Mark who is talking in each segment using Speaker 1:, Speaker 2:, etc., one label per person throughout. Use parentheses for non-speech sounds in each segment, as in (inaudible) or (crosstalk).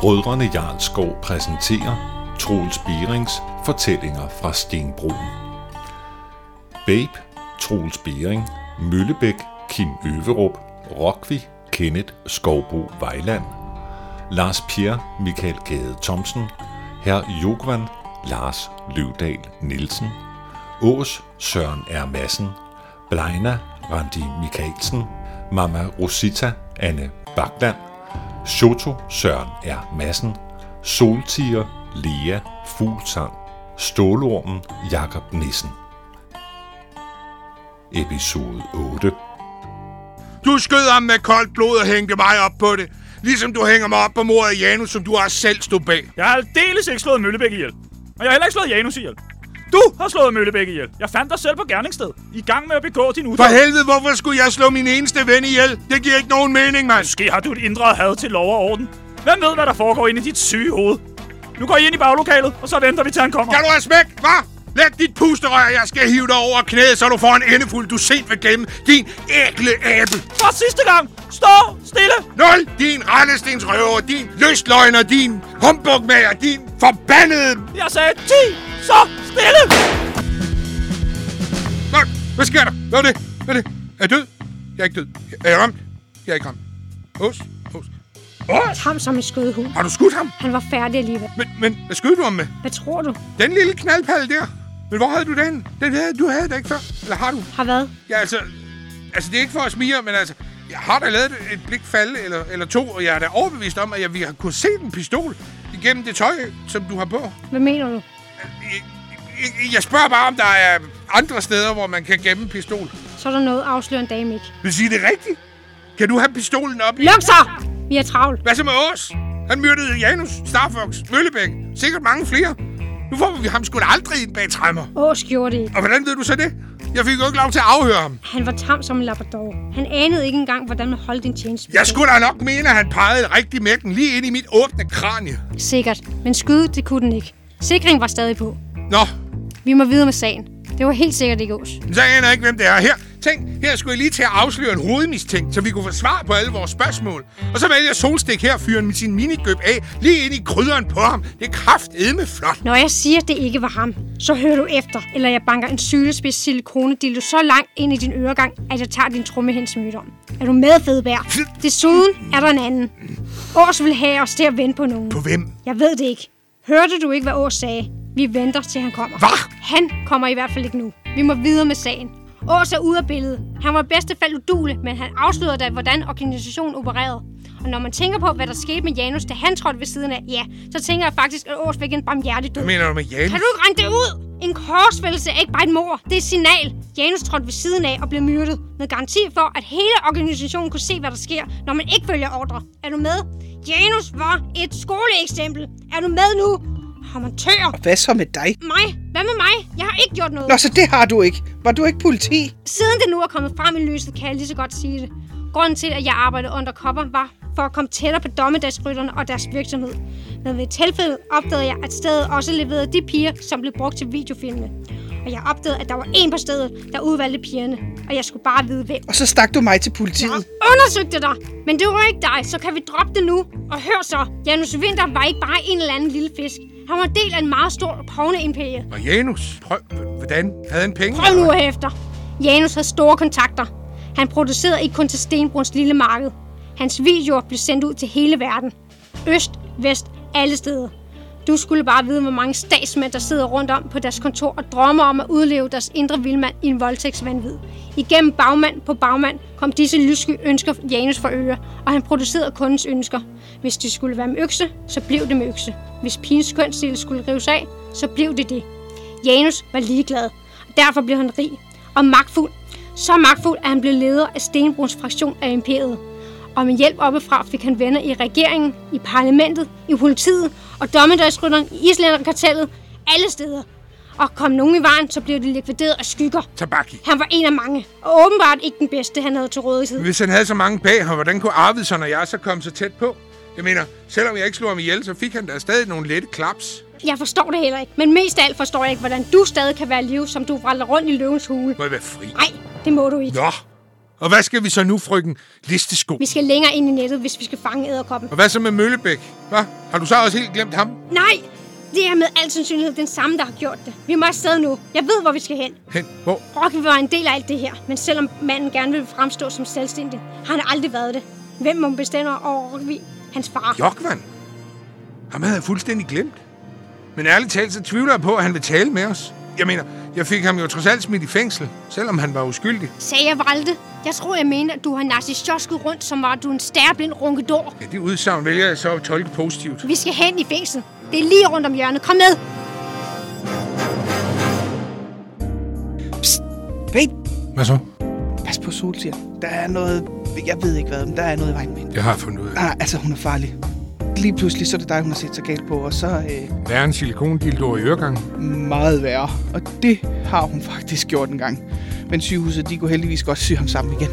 Speaker 1: Brødrene Jarlskov præsenterer Troels Berings fortællinger fra Stenbroen. Babe, Troels Bering, Møllebæk, Kim Øverup, Rokvi, Kenneth Skovbo Vejland, Lars Pierre, Michael Gade Thomsen, Herr Jogvan, Lars Løvdal Nielsen, Ås Søren R. Madsen, Blejna Randi Michaelsen, Mama Rosita Anne Bakland, Shoto Søren R. Madsen, Soltiger Lea Fuglsang, Stålormen Jakob Nissen. Episode 8
Speaker 2: Du skød ham med koldt blod og hængte mig op på det. Ligesom du hænger mig op på mordet af Janus, som du også selv stod bag.
Speaker 3: Jeg har aldeles ikke slået Møllebæk ihjel. Og jeg har heller ikke slået Janus ihjel. Du har slået Møllebæk ihjel. Jeg fandt dig selv på gerningssted. I gang med at begå din
Speaker 2: For
Speaker 3: udfald.
Speaker 2: helvede, hvorfor skulle jeg slå min eneste ven ihjel? Det giver ikke nogen mening, mand.
Speaker 3: Måske har du et indre had til lov og orden. Hvem ved, hvad der foregår inde i dit syge hoved? Nu går I ind i baglokalet, og så venter vi til han kommer.
Speaker 2: Kan du have smæk, hva? Læg dit pusterør, jeg skal hive dig over knæet, så du får en endefuld, du sent vil gemme. Din ægle abe.
Speaker 3: For sidste gang! Stå stille!
Speaker 2: Nul, din rallestensrøver, din lystløgner, din humbugmager, din forbandede...
Speaker 3: Jeg sagde 10! Så stille!
Speaker 2: Nå, hvad sker der? Hvad er det? Hvad er det? Er jeg død? Jeg er ikke død. Er jeg ramt? Jeg er ikke ramt. Ås, Ås. Ås,
Speaker 4: Ham som et skødehund.
Speaker 2: har du skudt ham?
Speaker 4: Han var færdig alligevel.
Speaker 2: Men, men hvad skød du ham med?
Speaker 4: Hvad tror du?
Speaker 2: Den lille knaldpalle der. Men hvor havde du den? Den havde du havde da ikke før. Eller har du?
Speaker 4: Har været?
Speaker 2: Ja, altså... Altså, det er ikke for at smige, men altså... Jeg har da lavet et blik falde eller, eller to, og jeg er da overbevist om, at jeg vi har kunne se en pistol igennem det tøj, som du har på.
Speaker 4: Hvad mener du?
Speaker 2: Jeg, jeg, jeg spørger bare, om der er andre steder, hvor man kan gemme en pistol.
Speaker 4: Så er der noget afslørende dame ikke.
Speaker 2: Vil sige det er rigtigt? Kan du have pistolen op? i-
Speaker 4: Luk så! Vi er travlt.
Speaker 2: Hvad så med Ås? Han myrdede Janus, Starfox, Møllebæk. Sikkert mange flere. Nu får vi ham sgu da aldrig ind bag træmmer.
Speaker 4: Ås gjorde det ikke.
Speaker 2: Og hvordan ved du så det? Jeg fik jo ikke lov til at afhøre ham.
Speaker 4: Han var tam som en labrador. Han anede ikke engang, hvordan man holdt en tjeneste.
Speaker 2: Jeg skulle da nok mene, at han pegede rigtig med den lige ind i mit åbne kranie.
Speaker 4: Sikkert. Men skyde, det kunne den ikke. Sikringen var stadig på.
Speaker 2: Nå,
Speaker 4: Vi må videre med sagen. Det var helt sikkert ikke Ås.
Speaker 2: men så aner jeg ikke, hvem det er her. Tænk, her skulle jeg lige til at afsløre en hovedmistænkt, så vi kunne få svar på alle vores spørgsmål. Og så vælger Solstik her fyren med sin minigøb af lige ind i krydderen på ham. Det er kraftedme flot.
Speaker 4: Når jeg siger, det ikke var ham, så hører du efter, eller jeg banker en sylespids silikonedildo så langt ind i din øregang, at jeg tager din tromme hen til mødom. Er du med, fedebær? Desuden er der en anden. Års vil have os til at vente på nogen.
Speaker 2: På hvem?
Speaker 4: Jeg ved det ikke. Hørte du ikke, hvad Ås sagde? Vi venter, til han kommer.
Speaker 2: Hvad?
Speaker 4: Han kommer i hvert fald ikke nu. Vi må videre med sagen. Ås er ude af billedet. Han var i bedste fald udule, men han afslørede da, hvordan organisationen opererede. Og når man tænker på, hvad der skete med Janus, da han trådte ved siden af, ja, så tænker jeg faktisk, at Ås fik en barmhjertig død.
Speaker 2: Hvad mener du med
Speaker 4: Kan
Speaker 2: Janus?
Speaker 4: du ikke rende det ud? En korsfældelse er ikke bare et mor. Det er et signal. Janus trådte ved siden af og blev myrdet. Med garanti for, at hele organisationen kunne se, hvad der sker, når man ikke følger ordre. Er du med? Janus var et skoleeksempel. Er du med nu? Amatør.
Speaker 5: Hvad så med dig?
Speaker 4: Mig? Hvad med mig? Jeg har ikke gjort noget.
Speaker 5: Nå, så det har du ikke. Var du ikke politi?
Speaker 4: Siden det nu er kommet frem i lyset, kan jeg lige så godt sige det. Grunden til, at jeg arbejdede undercover, var for at komme tættere på dommedagsrytterne og deres virksomhed. Men ved tilfældet opdagede jeg, at stedet også leverede de piger, som blev brugt til videofilmene. Og jeg opdagede, at der var en på stedet, der udvalgte pigerne. Og jeg skulle bare vide, hvem.
Speaker 5: Og så stak du mig til
Speaker 4: Jeg
Speaker 5: politiet.
Speaker 4: undersøgte dig, men det var ikke dig, så kan vi droppe det nu. Og hør så, Janus Winter var ikke bare en eller anden lille fisk. Han var en del af en meget stor pornoimperie.
Speaker 2: Og Janus? Prøv, hvordan? Havde han penge?
Speaker 4: Prøv nu efter. Janus havde store kontakter. Han producerede ikke kun til Stenbruns lille marked. Hans videoer blev sendt ud til hele verden. Øst, vest, alle steder. Du skulle bare vide, hvor mange statsmænd, der sidder rundt om på deres kontor og drømmer om at udleve deres indre vildmand i en voldtægtsvandvid. Igennem bagmand på bagmand kom disse lyske ønsker Janus for øre, og han producerede kundens ønsker. Hvis det skulle være med økse, så blev det med økse. Hvis pigens kønsdel skulle rives af, så blev det det. Janus var ligeglad, og derfor blev han rig og magtfuld. Så magtfuld, at han blev leder af Stenbruns fraktion af imperiet. Og med hjælp oppefra fik han venner i regeringen, i parlamentet, i politiet og dommedagsrytteren i Islænderkartellet, alle steder. Og kom nogen i vejen, så blev de likvideret af skygger.
Speaker 2: Tabaki.
Speaker 4: Han var en af mange, og åbenbart ikke den bedste, han havde til rådighed.
Speaker 2: Hvis han havde så mange bag ham, hvordan kunne Arvidsson og jeg så komme så tæt på? Jeg mener, selvom jeg ikke slog ham ihjel, så fik han da stadig nogle lette klaps.
Speaker 4: Jeg forstår det heller ikke, men mest af alt forstår jeg ikke, hvordan du stadig kan være i live, som du vralder rundt i løvens hule.
Speaker 2: Må jeg være fri?
Speaker 4: Nej, det må du ikke.
Speaker 2: Nå, Og hvad skal vi så nu, frøken Listesko?
Speaker 4: Vi skal længere ind i nettet, hvis vi skal fange æderkoppen.
Speaker 2: Og hvad så med Møllebæk? Hvad? Har du så også helt glemt ham?
Speaker 4: Nej! Det er med al sandsynlighed den samme, der har gjort det. Vi må afsted nu. Jeg ved, hvor vi skal hen.
Speaker 2: Hen? Hvor?
Speaker 4: Rocky var en del af alt det her, men selvom manden gerne vil fremstå som selvstændig, har han aldrig været det. Hvem må bestemme over Rocky? Hans far.
Speaker 2: Jokvan? Ham havde jeg fuldstændig glemt. Men ærligt talt, så tvivler jeg på, at han vil tale med os. Jeg mener, jeg fik ham jo trods alt smidt i fængsel, selvom han var uskyldig.
Speaker 4: Sagde jeg Valde. Jeg tror, jeg mener, at du har narcissjosket rundt, som var du en stærblind runkedor.
Speaker 2: Ja, det udsagn vælger jeg så at tolke positivt.
Speaker 4: Vi skal hen i fængsel. Det er lige rundt om hjørnet. Kom med!
Speaker 5: Babe,
Speaker 2: Hvad så?
Speaker 5: pas på solsir. Der er noget... Jeg ved ikke hvad, men der er noget i vejen med hende.
Speaker 2: Jeg har fundet ud af
Speaker 5: Nej, altså hun er farlig. Lige pludselig, så er det dig, hun har set sig galt på, og så øh,
Speaker 2: det. Der er en silikondildo i øregangen.
Speaker 5: meget værre. Og det har hun faktisk gjort en gang. Men sygehuset, de kunne heldigvis godt sy ham sammen igen.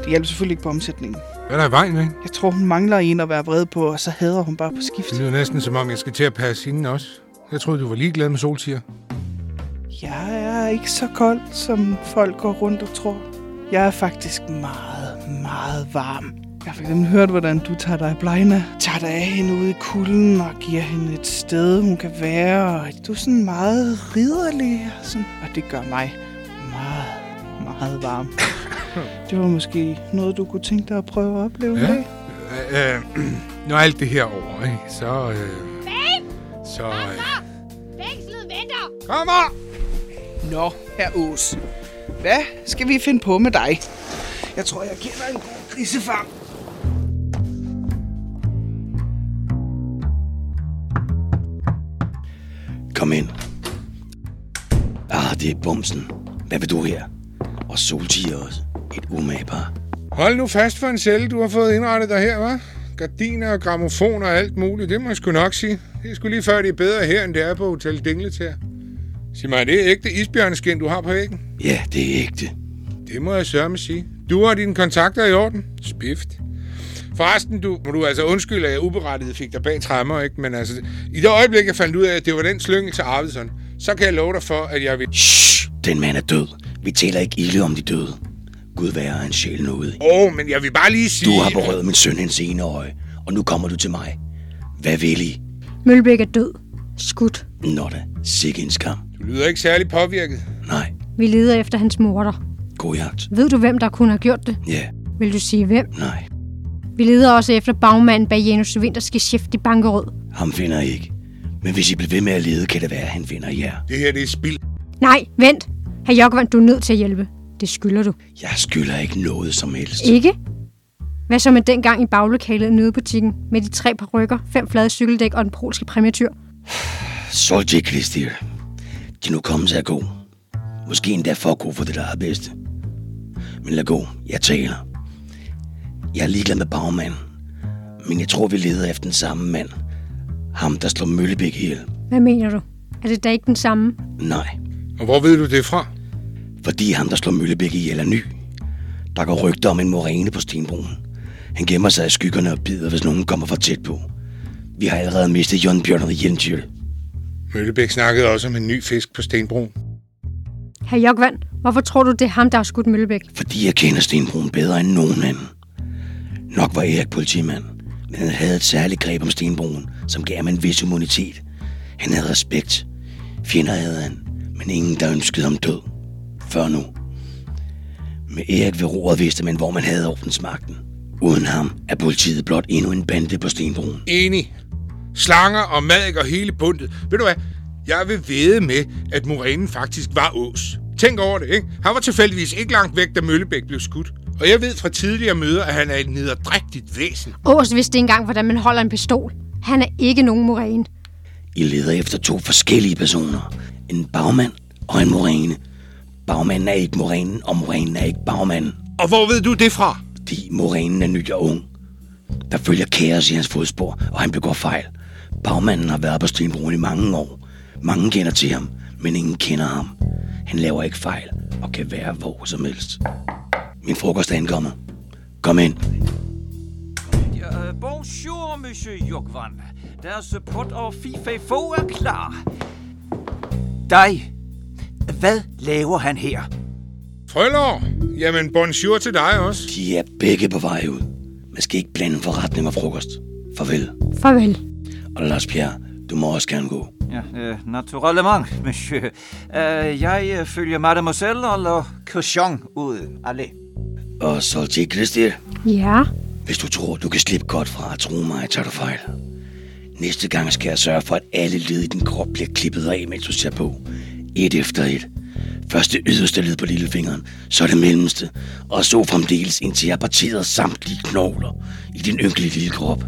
Speaker 5: Det hjælper selvfølgelig ikke på omsætningen.
Speaker 2: Hvad er der i vejen med hende?
Speaker 5: Jeg tror, hun mangler en at være vred på, og så hader hun bare på skift.
Speaker 2: lyder næsten, som om jeg skal til at passe hende også. Jeg troede, du var ligeglad med soltiger.
Speaker 5: Jeg er ikke så kold, som folk går rundt og tror. Jeg er faktisk meget, meget varm. Jeg har for eksempel hørt, hvordan du tager dig af Blejna. Tager dig af hende ude i kulden og giver hende et sted, hun kan være. Og du er sådan meget ridderlig. Og, sådan. og det gør mig meget, meget varm. Det var måske noget, du kunne tænke dig at prøve at opleve
Speaker 2: Ja.
Speaker 5: ja.
Speaker 2: Øh, (clears throat) øh, når alt det her er over, ikke, så... Øh, så... Øh,
Speaker 4: Fængslet venter!
Speaker 2: kommer!
Speaker 5: Nå, herr Ås. Hvad skal vi finde på med dig? Jeg tror, jeg giver dig en god grisefarm.
Speaker 6: Kom ind. Ah, det er bumsen. Hvad vil du her? Og soltiger også. Et umage par.
Speaker 2: Hold nu fast for en celle, du har fået indrettet dig her, hva'? Gardiner og gramofon og alt muligt, det må jeg sgu nok sige. Det er sgu lige før, det er bedre her, end det er på Hotel Dingletær. Sig mig, er det ægte isbjørneskin, du har på væggen?
Speaker 6: Ja, det er ægte.
Speaker 2: Det må jeg sørge med sige. Du og dine kontakter er i orden. Spift. Forresten, du, må du altså undskylde, at jeg uberettiget fik dig bag træmmer, ikke? Men altså, i det øjeblik, jeg fandt ud af, at det var den slyngel til Arvidsson, så kan jeg love dig for, at jeg vil...
Speaker 6: Shh, den mand er død. Vi taler ikke ilde om de døde. Gud være en sjæl nåde.
Speaker 2: Åh, oh, men jeg vil bare lige sige...
Speaker 6: Du har berøvet min søn hans ene øje, og nu kommer du til mig. Hvad vil I?
Speaker 4: Mølbæk er død. Skudt.
Speaker 6: Nå da, sikke en skam.
Speaker 2: Du lyder ikke særlig påvirket.
Speaker 6: Nej,
Speaker 4: Vi leder efter hans morter.
Speaker 6: god jagt.
Speaker 4: Ved du, hvem der kunne have gjort det?
Speaker 6: Ja,
Speaker 4: Vil du sige hvem?
Speaker 6: nej,
Speaker 4: Vi leder også efter bagmanden bag Janus Vinterske chef i Bankerød.
Speaker 6: ham finder I ikke. Men hvis I bliver ved med at lede, kan det være, at han finder jer.
Speaker 2: Det her, det er spild.
Speaker 4: Nej, vent. Herr Jokvand, du er nødt til at hjælpe. Det skylder du.
Speaker 6: Jeg skylder ikke noget som helst.
Speaker 4: Ikke? Hvad så med dengang i baglokalet i nødbutikken med de tre parykker, fem flade cykeldæk og den polske præmietyr?
Speaker 6: Soldier Christier. Din hukommelse er god. Måske endda for god for det, der er bedste. Men lad gå, jeg taler. Jeg er ligeglad med bagmanden. Men jeg tror, vi leder efter den samme mand. Ham, der slår Møllebæk ihjel.
Speaker 4: Hvad mener du? Er det da ikke den samme?
Speaker 6: Nej,
Speaker 2: Og hvor ved du det fra?
Speaker 6: fordi ham, der slår Møllebæk ihjel, er ny. Der går rygter om en moræne på Stenbroen. Han gemmer sig i skyggerne og bider, hvis nogen kommer for tæt på. Vi har allerede mistet Jon Bjørn og Jentjøl.
Speaker 2: Møllebæk snakkede også om en ny fisk på Stenbroen.
Speaker 4: Herr Jokvand, hvorfor tror du, det er ham, der har skudt Møllebæk?
Speaker 6: Fordi jeg kender Stenbroen bedre end nogen anden. Nok var Erik politimand, men han havde et særligt greb om Stenbroen, som gav ham en vis immunitet. Han havde respekt. Fjender havde han, men ingen, der ønskede ham død. Før nu. Med Erik ved roret vidste man, hvor man havde ordensmagten. Uden ham er politiet blot endnu en bande på Stenbroen.
Speaker 2: Enig. Slanger og madik og hele bundet. Ved du hvad? Jeg vil vede med, at morænen faktisk var Ås. Tænk over det, ikke? Han var tilfældigvis ikke langt væk, da Møllebæk blev skudt. Og jeg ved fra tidligere møder, at han er et nederdrægtigt væsen.
Speaker 4: Ås vidste ikke engang, hvordan man holder en pistol. Han er ikke nogen moræne.
Speaker 6: I leder efter to forskellige personer. En bagmand og en moræne. Bagmanden er ikke morænen, og morænen er ikke bagmanden.
Speaker 2: Og hvor ved du det fra?
Speaker 6: fordi morænen er ny og ung. Der følger kaos i hans fodspor, og han begår fejl. Bagmanden har været på Stenbroen i mange år. Mange kender til ham, men ingen kender ham. Han laver ikke fejl, og kan være hvor som helst. Min frokost er ankommet. Kom ind.
Speaker 7: Euh, bonjour, monsieur Jokvan. Deres pot og FIFA-fo er klar. Dig. Hvad laver han her?
Speaker 2: Frølår, jamen bonjour til dig også.
Speaker 6: De er begge på vej ud. Man skal ikke blande forretning og frokost. Farvel.
Speaker 4: Farvel.
Speaker 6: Og Lars Pierre, du må også gerne gå.
Speaker 7: Ja, øh, naturellement, monsieur. Øh, jeg øh, følger mademoiselle og la cochon ud. Allez.
Speaker 6: Og så til Christian.
Speaker 4: Ja.
Speaker 6: Hvis du tror, du kan slippe godt fra at tro mig, tager du fejl. Næste gang skal jeg sørge for, at alle led i din krop bliver klippet af, mens du ser på. Et efter et. Først det yderste led på lillefingeren, så det mellemste, og så fremdeles indtil jeg har parteret samtlige knogler i din ynkelige lille krop.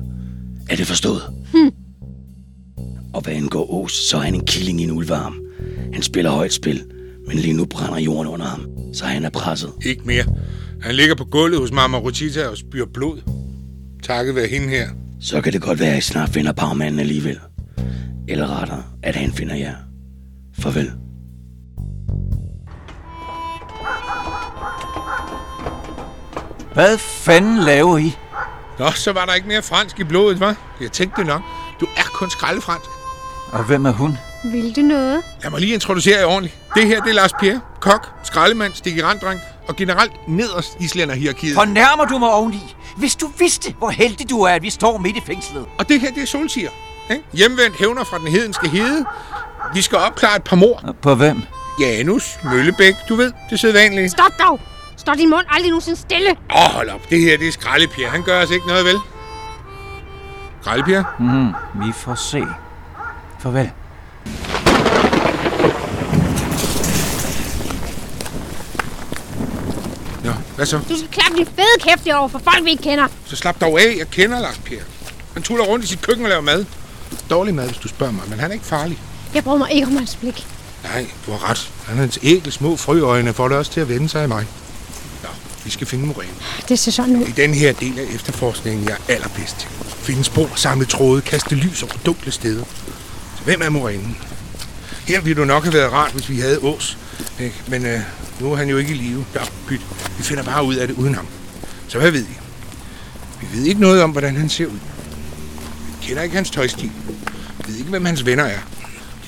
Speaker 6: Er det forstået? Hmm. Og hvad angår Ås, så er han en killing i en ulvarm. Han spiller højt spil, men lige nu brænder jorden under ham, så han er presset.
Speaker 2: Ikke mere. Han ligger på gulvet hos mamma Rotita og spyr blod. Takket være hende her.
Speaker 6: Så kan det godt være, at I snart finder bagmanden alligevel. Eller rettere, at han finder jer. Farvel.
Speaker 7: Hvad fanden laver I?
Speaker 2: Nå, så var der ikke mere fransk i blodet, hva'? Jeg tænkte det nok. Du er kun skraldefransk.
Speaker 7: Og hvem er hun?
Speaker 4: Vil du noget?
Speaker 2: Lad mig lige introducere jer ordentligt. Det her, det er Lars Pierre, kok, skraldemand, stikkerandreng og generelt nederst islænderhierarkiet.
Speaker 7: Fornærmer du mig oveni? Hvis du vidste, hvor heldig du er, at vi står midt i fængslet.
Speaker 2: Og det her, det er solsiger. Ikke? Hjemvendt hævner fra den hedenske hede. Vi skal opklare et par mor.
Speaker 7: På hvem?
Speaker 2: Janus, Møllebæk, du ved, det sædvanlige.
Speaker 4: Stop dog! Står din mund aldrig nogensinde stille?
Speaker 2: Åh, oh, hold op. Det her, det er skraldepjer. Han gør os ikke noget, vel? Skraldepjer?
Speaker 7: Mm, vi får se. Farvel.
Speaker 2: Nå, hvad så?
Speaker 4: Du skal klappe din fede kæft over for folk, vi ikke kender.
Speaker 2: Så slap dog af. Jeg kender Lars Per. Han tuller rundt i sit køkken og laver mad. Dårlig mad, hvis du spørger mig, men han er ikke farlig.
Speaker 4: Jeg bryder mig ikke om hans blik.
Speaker 2: Nej, du har ret. Han har hans ægle små frøøjne får det også til at vende sig i mig. Nå, vi skal finde Moreno.
Speaker 4: Det ser sådan ud.
Speaker 2: I den her del af efterforskningen, jeg er allerbedst til. Finde spor, samle tråde, kaste lys over dunkle steder. Så hvem er Moreno? Her ville du nok have været rart, hvis vi havde Ås. Ikke? Men øh, nu er han jo ikke i live. Nå, pyt. Vi finder bare ud af det uden ham. Så hvad ved I? Vi ved ikke noget om, hvordan han ser ud. Vi kender ikke hans tøjstil. Vi ved ikke, hvem hans venner er.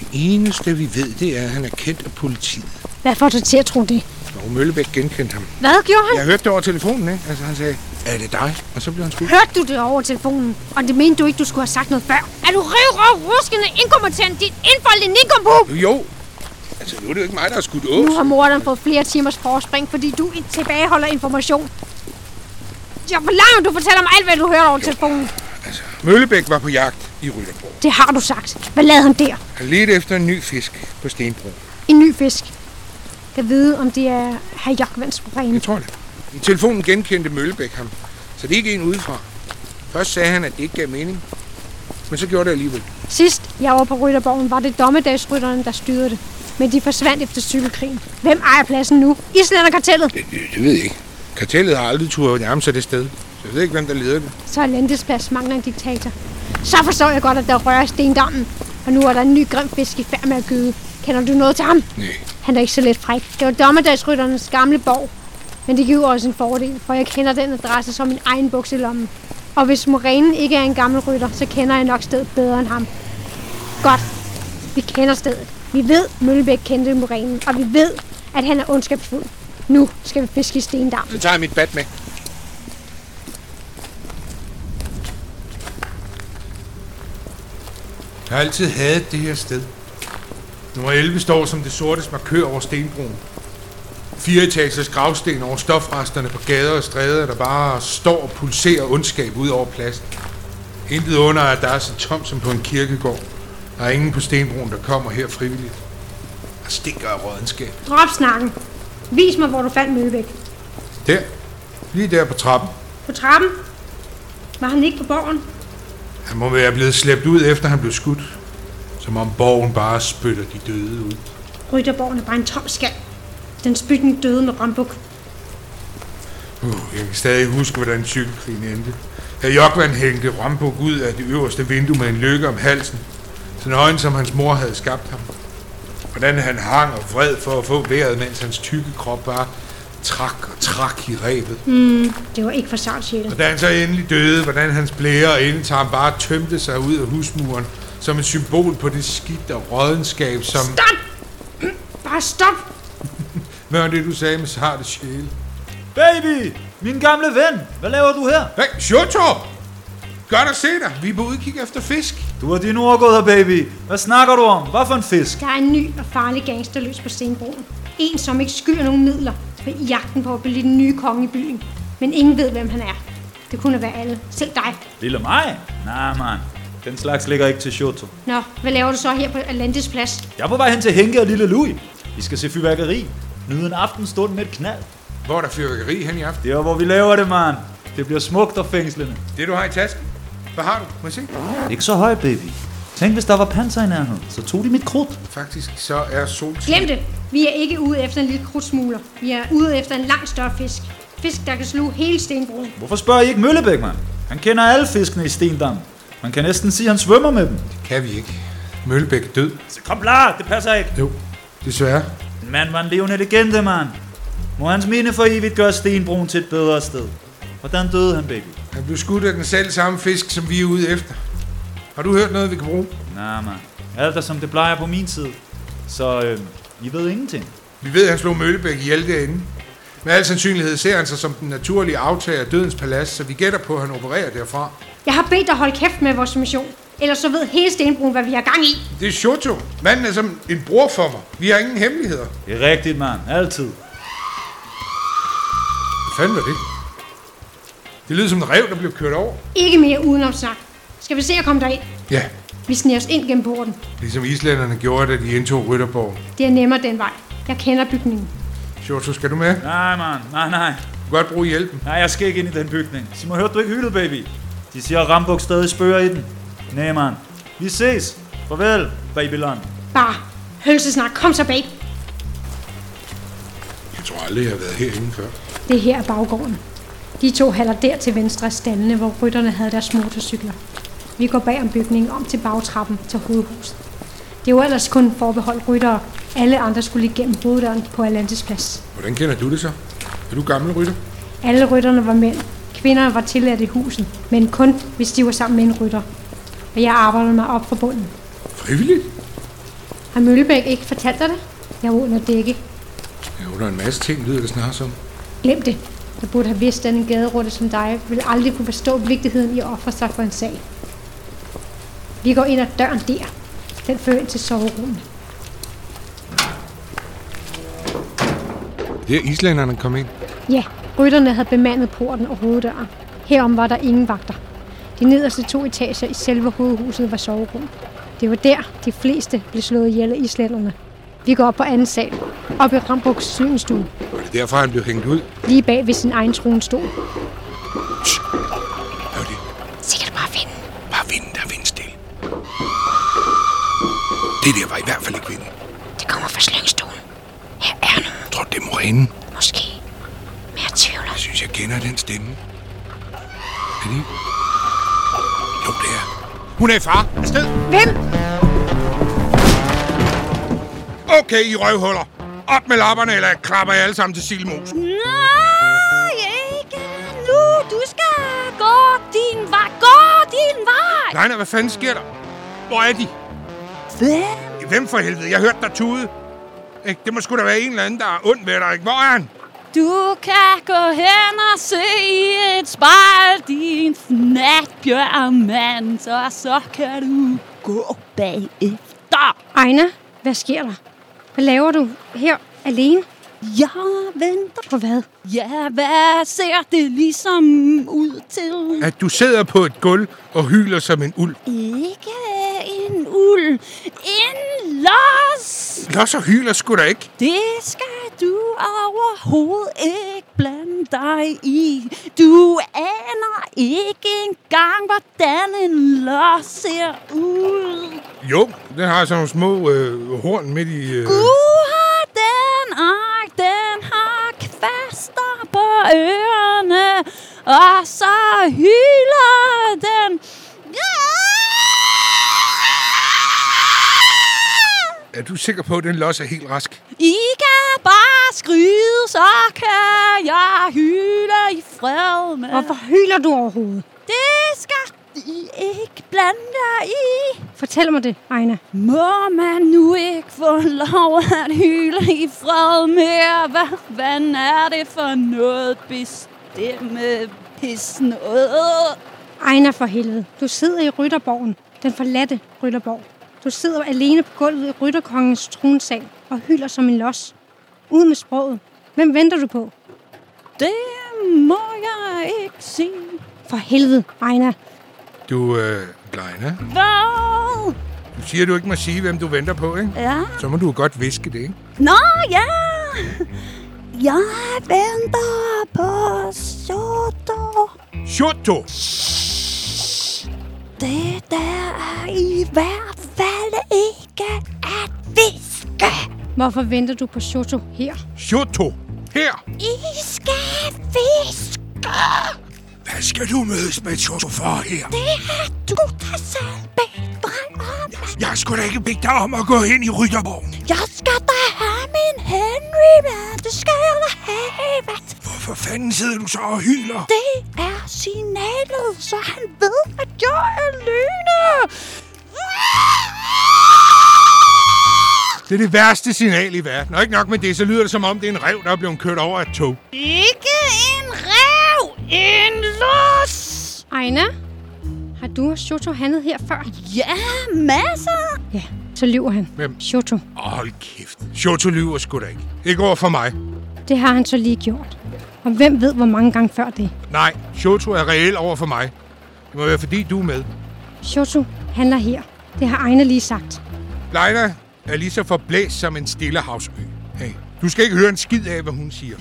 Speaker 2: Det eneste, vi ved, det er, at han er kendt af politiet.
Speaker 4: Hvad får du til at tro det?
Speaker 2: Og Møllebæk genkendte ham.
Speaker 4: Hvad gjorde han?
Speaker 2: Jeg hørte det over telefonen, ikke? Altså, han sagde, er det dig? Og så blev han skudt.
Speaker 4: Hørte du det over telefonen? Og det mente du ikke, du skulle have sagt noget før? Er du rivrøv, ruskende, inkompetent, dit indfoldte nikombu?
Speaker 2: Jo, altså, nu er det jo ikke mig, der har skudt
Speaker 4: Nu
Speaker 2: Ås.
Speaker 4: har morderen fået flere timers forspring, fordi du i- tilbageholder information. Jeg forlanger, at du fortæller mig alt, hvad du hørte over telefonen.
Speaker 2: Altså, Møllebæk var på jagt i Rytterborg.
Speaker 4: Det har du sagt. Hvad lavede ham der?
Speaker 2: Han ledte efter en ny fisk på Stenbro.
Speaker 4: En ny fisk. Jeg vide, om det er herr Jokvands problem.
Speaker 2: Jeg tror det. I telefonen genkendte Møllebæk ham, så det er ikke en udefra. Først sagde han, at det ikke gav mening, men så gjorde det alligevel.
Speaker 4: Sidst jeg var på Rytterborgen, var det dommedagsrytterne, der styrede det. Men de forsvandt efter cykelkrigen. Hvem ejer pladsen nu? Islænderkartellet.
Speaker 2: Det, det, det ved jeg ikke. Kartellet har aldrig turde nærme sig det sted, så jeg ved ikke, hvem der leder det.
Speaker 4: Så er Landesplads mangler en diktator. Så forstår jeg godt, at der rører i stendammen. Og nu er der en ny grim fisk i færd med at gyde. Kender du noget til ham?
Speaker 2: Nej.
Speaker 4: Han er ikke så let fræk. Det var dommedagsrytternes gamle borg. Men det giver også en fordel, for jeg kender den adresse som min egen bukselomme. Og hvis Morænen ikke er en gammel rytter, så kender jeg nok stedet bedre end ham. Godt. Vi kender stedet. Vi ved, Møllebæk kendte Morænen, og vi ved, at han er ondskabsfuld. Nu skal vi fiske i stendam.
Speaker 2: Så tager jeg mit bat med. Jeg har altid hadet det her sted. Nummer 11 står som det sortes markør over stenbroen. Fire etagers gravsten over stofresterne på gader og stræder, der bare står og pulserer ondskab ud over pladsen. Intet under, at der er så tomt som på en kirkegård. Der er ingen på stenbroen, der kommer her frivilligt. Der stinker af rådenskab.
Speaker 4: Drop snakken. Vis mig, hvor du fandt Møllebæk.
Speaker 2: Der. Lige der på trappen.
Speaker 4: På trappen? Var han ikke på borgen?
Speaker 2: Han må være blevet slæbt ud, efter han blev skudt. Som om borgen bare spytter de døde ud.
Speaker 4: Rytterborgen er bare en tom skal. Den spytten døde med rambuk.
Speaker 2: Uh, jeg kan stadig huske, hvordan cykelkrigen endte. Da Jokvan hængte Rambuk ud af det øverste vindue med en lykke om halsen. Så nøgen, som hans mor havde skabt ham. Hvordan han hang og vred for at få vejret, mens hans tykke krop bare trak og trak i rebet.
Speaker 4: Det var ikke for savsjælet.
Speaker 2: Og da han så endelig døde, hvordan hans blære og endetarm bare tømte sig ud af husmuren, som et symbol på det skidt og rådenskab, som...
Speaker 4: Stop! Bare stop!
Speaker 2: Hvad var det, du sagde med sarte sjæle?
Speaker 8: Baby! Min gamle ven! Hvad laver du her?
Speaker 2: Hey, Sjortop! Godt at se dig. Vi er på udkig efter fisk.
Speaker 8: Du har dine ord gået her, baby. Hvad snakker du om? Hvad for en fisk?
Speaker 4: Der er en ny og farlig gangster løs på Stenbroen. En, som ikke skylder nogen midler på i jagten på at blive den nye konge i byen. Men ingen ved, hvem han er. Det kunne være alle. Selv dig.
Speaker 8: Lille mig? Nej, mand. Den slags ligger ikke til Shoto.
Speaker 4: Nå, hvad laver du så her på Atlantis plads?
Speaker 8: Jeg er på vej hen til Henke og Lille Louis. Vi skal se fyrværkeri. Nyde en aftenstund med et knald.
Speaker 2: Hvor er der fyrværkeri hen i aften?
Speaker 8: Det er, hvor vi laver det, mand. Det bliver smukt og fængslende.
Speaker 2: Det, du har i tasken. Hvad har du? Må jeg se?
Speaker 8: Ikke så højt, baby. Tænk, hvis der var panser i nærheden, så tog de mit krudt.
Speaker 2: Faktisk så er solskin.
Speaker 4: Glem det! Vi er ikke ude efter en lille krudtsmugler. Vi er ude efter en langt større fisk. Fisk, der kan sluge hele Stenbroen.
Speaker 8: Hvorfor spørger I ikke Møllebæk, mand? Han kender alle fiskene i Stendammen. Man kan næsten sige, at han svømmer med dem.
Speaker 2: Kan vi ikke. Møllebæk er død.
Speaker 8: Så kom klar, det passer ikke.
Speaker 2: Jo, desværre.
Speaker 8: Den mand var en levende legende, mand. Må hans minde for evigt gøre Stenbroen til et bedre sted. Hvordan døde han, baby?
Speaker 2: Han blev skudt af den selv samme fisk, som vi er ude efter. Har du hørt noget, vi kan bruge?
Speaker 8: Nej, mand. Alt er, som det plejer på min side. Så øh, I ved ingenting.
Speaker 2: Vi ved, at han slog Møllebæk ihjel derinde. Med al sandsynlighed ser han sig som den naturlige aftager af dødens palads, så vi gætter på, at han opererer derfra.
Speaker 4: Jeg har bedt dig holde kæft med vores mission. Ellers så ved hele Stenbroen, hvad vi har gang i.
Speaker 2: Det er Shoto. Manden er som en bror for mig. Vi har ingen hemmeligheder.
Speaker 8: Det er rigtigt, mand. Altid.
Speaker 2: Hvad fanden var det? Det lyder som en rev, der blev kørt over.
Speaker 4: Ikke mere udenom snak. Skal vi se at komme derind?
Speaker 2: Ja,
Speaker 4: Vi sniger os ind gennem porten.
Speaker 2: ligesom islænderne gjorde, da de indtog Rytterborg.
Speaker 4: Det er nemmere den vej. Jeg kender bygningen.
Speaker 2: Shoto, skal du med? Du
Speaker 8: Nej, mand. Nej, nej.
Speaker 2: kan godt bruge hjælpen.
Speaker 8: Nej, jeg skal ikke ind i den bygning. Simon, hørte du ikke hyldet, baby? De siger, at Rambuk stadig spørger i den. Nej, mand. Vi ses. Farvel, Babylon.
Speaker 4: Bare hølsesnak. Kom så, babe.
Speaker 2: Jeg tror aldrig, jeg har været herinde før.
Speaker 4: Det her er baggården. De to halder der til venstre af standene, hvor rytterne havde deres motorcykler. Vi går bag om bygningen om til bagtrappen til hovedhuset. Det var ellers kun forbeholdt ryttere. Alle andre skulle igennem hoveddøren på Atlantis plads.
Speaker 2: Hvordan kender du det så? Er du gammel rytter?
Speaker 4: Alle rytterne var mænd. Kvinderne var tilladt i huset, men kun hvis de var sammen med en rytter. Og jeg arbejdede mig op fra bunden.
Speaker 2: Frivilligt?
Speaker 4: Har Møllebæk ikke fortalt dig det? Jeg var under dække.
Speaker 2: Ja, under en masse ting lyder det snart som.
Speaker 4: Glem det. Jeg burde have vidst, at en gaderutte som dig ville aldrig kunne forstå vigtigheden i at ofre sig for en sag. Vi går ind ad døren der. Den fører ind til soverummet.
Speaker 2: Det er islænderne kom ind.
Speaker 4: Ja, rytterne havde bemandet porten og hoveddøren. Herom var der ingen vagter. De nederste to etager i selve hovedhuset var soverum. Det var der, de fleste blev slået ihjel af islænderne. Vi går op på anden sal, op i Rambuks synestue,
Speaker 2: Var det derfor, han blev hængt ud?
Speaker 4: lige bag ved sin egen tronstol.
Speaker 2: Hør det.
Speaker 4: Sikkert bare vinden.
Speaker 2: Bare vinden, der er vindstille. Det der var i hvert fald ikke vinden.
Speaker 4: Det kommer fra slyngstolen. Her er noget,
Speaker 2: Tror du, det er morænen?
Speaker 4: måske. Men jeg tvivler.
Speaker 2: Jeg synes, jeg kender den stemme. Er det ikke? Jo, det er. Hun er i far. Afsted.
Speaker 4: Hvem?
Speaker 2: Okay, I røvhuller. Op med lapperne, eller jeg klapper jer alle sammen til silmos.
Speaker 9: Nej, ikke nu. Du skal gå din vej. Gå din vej.
Speaker 2: Lejner, hvad fanden sker der? Hvor er de?
Speaker 9: Hvem?
Speaker 2: Hvem for helvede? Jeg hørte dig tude. Ikke? Det må sgu da være en eller anden, der er ond ved dig, ikke? Hvor er han?
Speaker 9: Du kan gå hen og se i et spejl din natbjørn, mand. Så, så kan du gå bagefter.
Speaker 4: Ejna, hvad sker der? Hvad laver du her alene?
Speaker 9: Jeg venter.
Speaker 4: På hvad?
Speaker 9: Ja, hvad ser det ligesom ud til?
Speaker 2: At du sidder på et gulv og hyler som en ulv.
Speaker 9: Ikke en uld. En los!
Speaker 2: Los og hyler sgu da ikke.
Speaker 9: Det skal du overhovedet ikke blande dig i. Du aner ikke engang, hvordan en los ser ud.
Speaker 2: Jo, den har sådan nogle små øh, horn midt i... Øh.
Speaker 9: Uha, den ark, den har kvaster på ørerne. Og så hyler den.
Speaker 2: Er du sikker på, at den los er helt rask?
Speaker 9: I kan bare skride, så kan jeg hylde i fred med.
Speaker 4: Hvorfor hyler du overhovedet?
Speaker 9: Det skal I ikke blande jer i.
Speaker 4: Fortæl mig det, Ejna.
Speaker 9: Må man nu ikke få lov at hyle i fred mere? Hvad, hvad er det for noget bestemme pis noget?
Speaker 4: Ejna for helvede. Du sidder i Rytterborgen. Den forladte Rytterborg. Du sidder alene på gulvet i Rytterkongens tronsal og hylder som en los. Ud med sproget. Hvem venter du på?
Speaker 9: Det må jeg ikke sige.
Speaker 4: For helvede, Ejna.
Speaker 2: Du, øh, Blejna,
Speaker 9: Hvad?
Speaker 2: du siger, du ikke må sige, hvem du venter på, ikke?
Speaker 9: Ja.
Speaker 2: Så må du jo godt viske det, ikke?
Speaker 9: Nå, ja! Jeg venter på Soto.
Speaker 2: Shoto!
Speaker 9: Det der er i hvert fald ikke at viske.
Speaker 4: Hvorfor venter du på Shoto her?
Speaker 2: Shoto! Her!
Speaker 9: I skal viske.
Speaker 2: Hvad skal du mødes med Shoto for her?
Speaker 9: Det er du, der selv bedt mig om.
Speaker 2: Jeg skulle da ikke bede dig om at gå hen i Rytterborgen.
Speaker 9: Jeg skal da have min Henry med. Det skal jeg da have.
Speaker 2: Hvorfor fanden sidder du så og hyler?
Speaker 9: Det er signalet, så han ved, at jeg er lyne.
Speaker 2: Det er det værste signal i verden. Og ikke nok med det, så lyder det som om, det er en rev, der er blevet kørt over af et tog.
Speaker 9: Ikke en rev, en los.
Speaker 4: Ejna? Har du og Shoto handlet her før?
Speaker 9: Ja, masser.
Speaker 4: Ja, så lyver han.
Speaker 2: Hvem?
Speaker 4: Shoto.
Speaker 2: Åh, hold kæft. Shoto lyver sgu da ikke. Ikke over for mig.
Speaker 4: Det har han så lige gjort. Og hvem ved, hvor mange gange før det?
Speaker 2: Nej, Shoto er reel over for mig. Det må være, fordi du er med.
Speaker 4: Shoto handler her. Det har Ejna lige sagt.
Speaker 2: Leila er lige så forblæst som en stillehavsø. Hey, du skal ikke høre en skid af, hvad hun siger.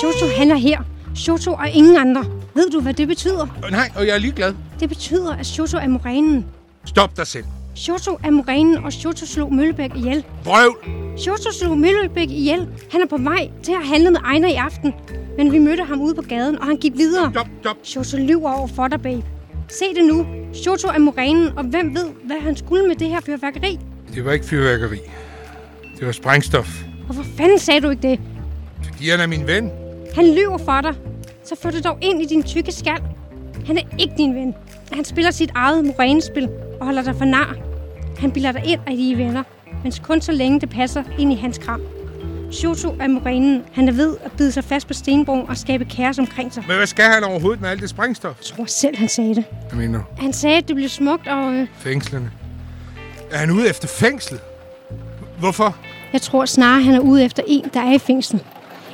Speaker 4: Shoto handler her. Shoto og ingen andre. Ved du, hvad det betyder?
Speaker 2: Og Øh, nej, og jeg er ligeglad.
Speaker 4: Det betyder, at Shoto er morænen.
Speaker 2: Stop dig selv.
Speaker 4: Shoto er morænen, og Shoto slog Møllebæk ihjel.
Speaker 2: Brøvl!
Speaker 4: Shoto slog Møllebæk ihjel. Han er på vej til at handle med Ejner i aften. Men vi mødte ham ude på gaden, og han gik videre.
Speaker 2: Stop, stop.
Speaker 4: Shoto lyver over for dig, babe. Se det nu. Shoto er morænen, og hvem ved, hvad han skulle med det her fyrværkeri?
Speaker 2: Det var ikke fyrværkeri. Det var sprængstof.
Speaker 4: Hvorfor fanden sagde du ikke det?
Speaker 2: Fordi han er min ven.
Speaker 4: Han lyver for dig. Så få det dog ind i din tykke skal. Han er ikke din ven. Han spiller sit eget morænespil og holder dig for nar. Han bilder dig ind, at I er venner, men kun så længe det passer ind i hans kram. Shoto er morænen. Han er ved at bide sig fast på stenbroen og skabe kaos omkring sig.
Speaker 2: Men hvad skal han overhovedet med alt det sprængstof?
Speaker 4: Jeg tror selv, han sagde det.
Speaker 2: Hvad mener du?
Speaker 4: Han sagde, at det blev smukt, og øh,
Speaker 2: Fængslerne. Er han ude efter fængslet? Hvorfor?
Speaker 4: jeg tror snarere, han er ude efter en, der er i fængsel.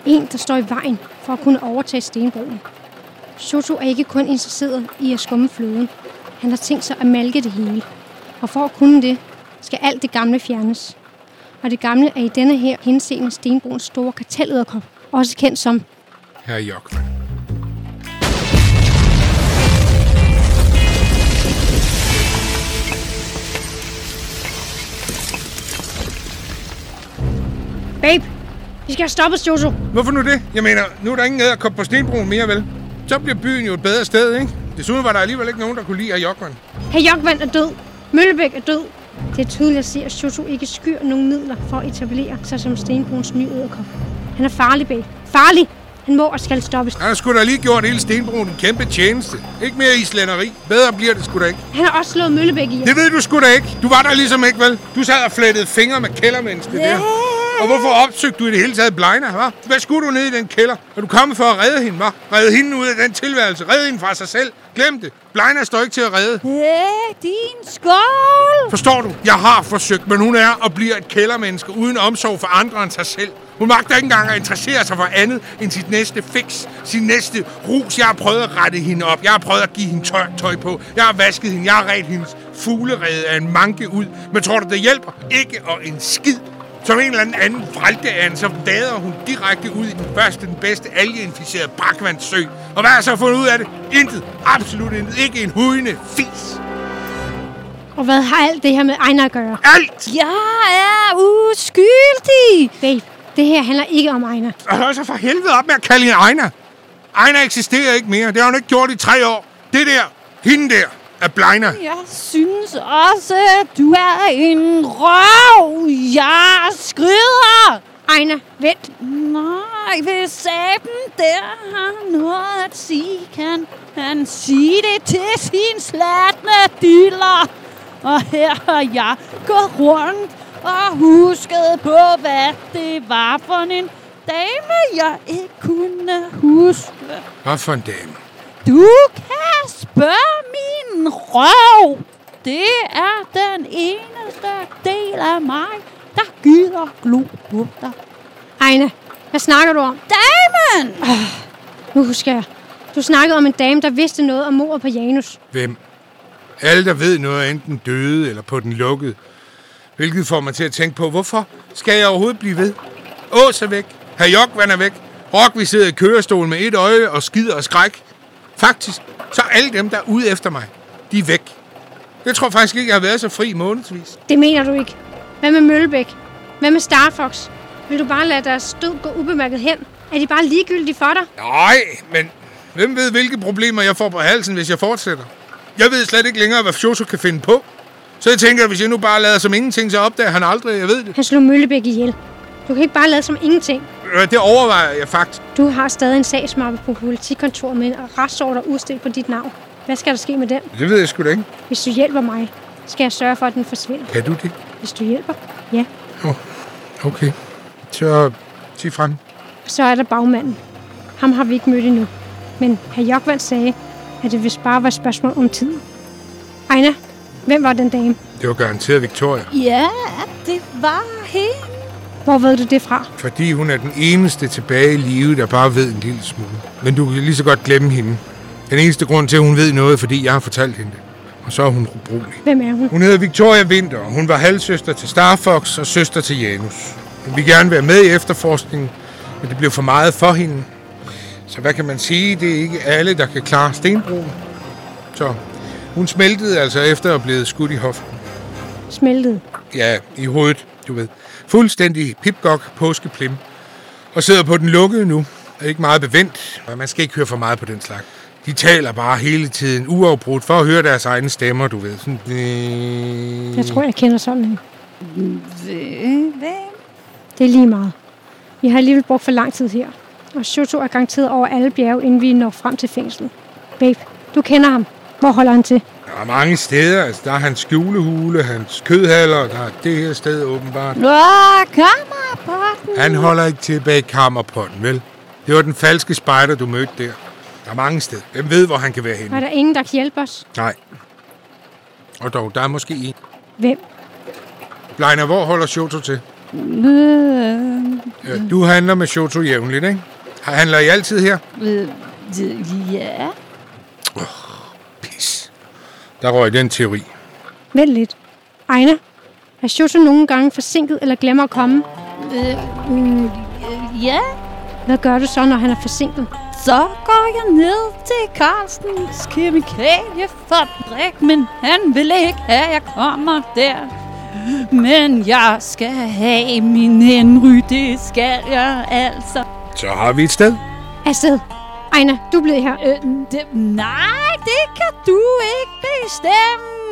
Speaker 4: En, der står i vejen for at kunne overtage stenbroen. Shoto er ikke kun interesseret i at skumme fløden. Han har tænkt sig at malke det hele. Og for at kunne det, skal alt det gamle fjernes. Og det gamle er i denne her henseende stenbroens store kartelederkop, også kendt som
Speaker 2: Herre Jokman.
Speaker 4: Babe, vi skal have stoppet Shoto.
Speaker 2: Hvorfor nu det? Jeg mener, nu er der ingen at komme på Stenbroen mere, vel? Så bliver byen jo et bedre sted, ikke? Desuden var der alligevel ikke nogen, der kunne lide Herre Jokman.
Speaker 4: Herr Jokvand er død. Møllebæk er død. Det er tydeligt at se, at Shoto ikke skyr nogen midler for at etablere sig som Stenbruns nye æderkop. Han er farlig, babe. Farlig! Han må og skal stoppes.
Speaker 2: Han har sgu da lige gjort hele Stenbroen en kæmpe tjeneste. Ikke mere islænderi. Bedre bliver det sgu da ikke.
Speaker 4: Han har også slået Møllebæk i.
Speaker 2: Det ved du sgu da ikke. Du var der ligesom ikke, vel? Du sad og flettede fingre med kældermennesket der. Og hvorfor opsøgte du i det hele taget Blejner, hva'? Hvad skulle du ned i den kælder? Er du kommet for at redde hende, hva'? Redde hende ud af den tilværelse. Redde hende fra sig selv. Glem det. Blejner står ikke til at redde.
Speaker 9: Hey, din skål.
Speaker 2: Forstår du? Jeg har forsøgt, men hun er og bliver et kældermenneske uden omsorg for andre end sig selv. Hun magter ikke engang at interessere sig for andet end sit næste fix, sin næste rus. Jeg har prøvet at rette hende op. Jeg har prøvet at give hende tørt tøj på. Jeg har vasket hende. Jeg har ret hendes fuglerede af en manke ud. Men tror du, det hjælper? Ikke og en skid. Som en eller anden anden vrælteand, så vader hun direkte ud i den første, den bedste algeinficerede brakvandssø. Og hvad har jeg så fundet ud af det? Intet. Absolut intet. Ikke en hudende fis.
Speaker 4: Og hvad har alt det her med Ejner at gøre?
Speaker 2: Alt!
Speaker 9: Jeg er uskyldig.
Speaker 4: Babe, det her handler ikke om Ejner.
Speaker 2: Og hør så for helvede op med at kalde hende Ejner. Ejner eksisterer ikke mere. Det har hun ikke gjort i tre år. Det der, hende der, er Blejner.
Speaker 9: Jeg synes også, at du er en røv. Jeg skrider.
Speaker 4: Ejner, vent.
Speaker 9: Nej, hvis aben der har noget at sige, kan han sige det til sin slatne diller. Og her har jeg gået rundt og husket på, hvad det var for en dame, jeg ikke kunne huske.
Speaker 2: Hvad for en dame?
Speaker 9: Du kan spørge min røv. Det er den eneste del af mig, der gider glo på dig.
Speaker 4: Ejna, hvad snakker du om?
Speaker 9: Damen!
Speaker 4: Nu husker jeg. Du snakkede om en dame, der vidste noget om mordet på Janus.
Speaker 2: Hvem? Alle, der ved noget, er enten døde eller på den lukkede. Hvilket får mig til at tænke på, hvorfor skal jeg overhovedet blive ved? Ås er væk. Herr Jokvan er væk. Rockvi sidder i kørestolen med et øje og skider og skræk. Faktisk, så er alle dem, der er ude efter mig, de er væk. Jeg tror faktisk ikke, jeg har været så fri i månedsvis.
Speaker 4: Det mener du ikke. Hvad med Møllebæk? Hvad med Starfox? Vil du bare lade deres død gå ubemærket hen? Er de bare ligegyldige for dig?
Speaker 2: Nej, men hvem ved, hvilke problemer jeg får på halsen, hvis jeg fortsætter? Jeg ved slet ikke længere, hvad Fjoso kan finde på. Så jeg tænker, at hvis jeg nu bare lader som ingenting, så opdager han aldrig, jeg ved det.
Speaker 4: Han slog Møllebæk ihjel. Du kan ikke bare lade som ingenting.
Speaker 2: Øh, Det overvejer jeg faktisk.
Speaker 4: Du har stadig en sagsmappe på politikontoret med en retsordre udstedt på dit navn. Hvad skal der ske med den?
Speaker 2: Det ved jeg sgu da ikke.
Speaker 4: Hvis du hjælper mig, skal jeg sørge for, at den forsvinder.
Speaker 2: Kan du det?
Speaker 4: Hvis du hjælper, ja.
Speaker 2: Okay. Så sig frem.
Speaker 4: Så er der bagmanden. Ham har vi ikke mødt endnu. Men herr Jokvand sagde, at det vist bare var et spørgsmål om tiden. Ejna, hvem var den dame?
Speaker 2: Det var garanteret Victoria.
Speaker 9: Ja, det var hende.
Speaker 4: Hvor ved du det fra?
Speaker 2: Fordi hun er den eneste tilbage i live, der bare ved en lille smule. Men du kan lige så godt glemme hende. Den eneste grund til, at hun ved noget, er, fordi jeg har fortalt hende det. Og så er hun ubrugelig.
Speaker 4: Hvem er hun?
Speaker 2: Hun hedder Victoria Winter, og hun var halvsøster til Starfox og søster til Janus. Hun ville gerne være med i efterforskningen, men det blev for meget for hende. Så hvad kan man sige? Det er ikke alle, der kan klare stenbroen. Så hun smeltede altså efter at blive skudt i hoften.
Speaker 4: Smeltet.
Speaker 2: Ja, i hovedet, du ved. Fuldstændig pipgok påskeplim. Og sidder på den lukkede nu. Er ikke meget bevendt, og man skal ikke høre for meget på den slags. De taler bare hele tiden, uafbrudt, for at høre deres egne stemmer, du ved. Sådan, øh...
Speaker 4: Jeg tror, jeg kender sådan en.
Speaker 9: Hvem?
Speaker 4: Det er lige meget. Vi har alligevel brugt for lang tid her. Og Shoto er garanteret over alle bjerge, inden vi når frem til fængslet. Babe, du kender ham. Hvor holder han til?
Speaker 2: Der er mange steder. Altså, der er hans skjulehule, hans kødhaller, der er det her sted åbenbart.
Speaker 9: Nå, kammerpotten.
Speaker 2: Han holder ikke til bag kammerpotten, vel? Det var den falske spejder, du mødte der. Der er mange steder. Hvem ved, hvor han kan være
Speaker 4: Er
Speaker 2: henne?
Speaker 4: der ingen, der kan hjælpe os?
Speaker 2: Nej. Og dog, der er måske en.
Speaker 4: Hvem?
Speaker 2: Leiner, hvor holder Shoto til?
Speaker 9: Øh,
Speaker 2: Øh, Du handler med Shoto jævnligt, ikke? Han- Handler I altid her?
Speaker 9: øh, det- ja.
Speaker 2: Pis. Der røg den teori.
Speaker 4: Vent lidt. Ejner, er Shoto nogle gange forsinket eller glemmer at komme?
Speaker 9: Øh, mm, øh, ja.
Speaker 4: Hvad gør du så, når han er forsinket?
Speaker 9: Så går jeg ned til Carlsens kemikaliefabrik, men han vil ikke have, at jeg kommer der. Men jeg skal have min Henry, det skal jeg altså.
Speaker 2: Så har vi et sted.
Speaker 4: Afsted. Ejner, du bliver her.
Speaker 9: Øh, det, nej, det kan du ikke bestemme.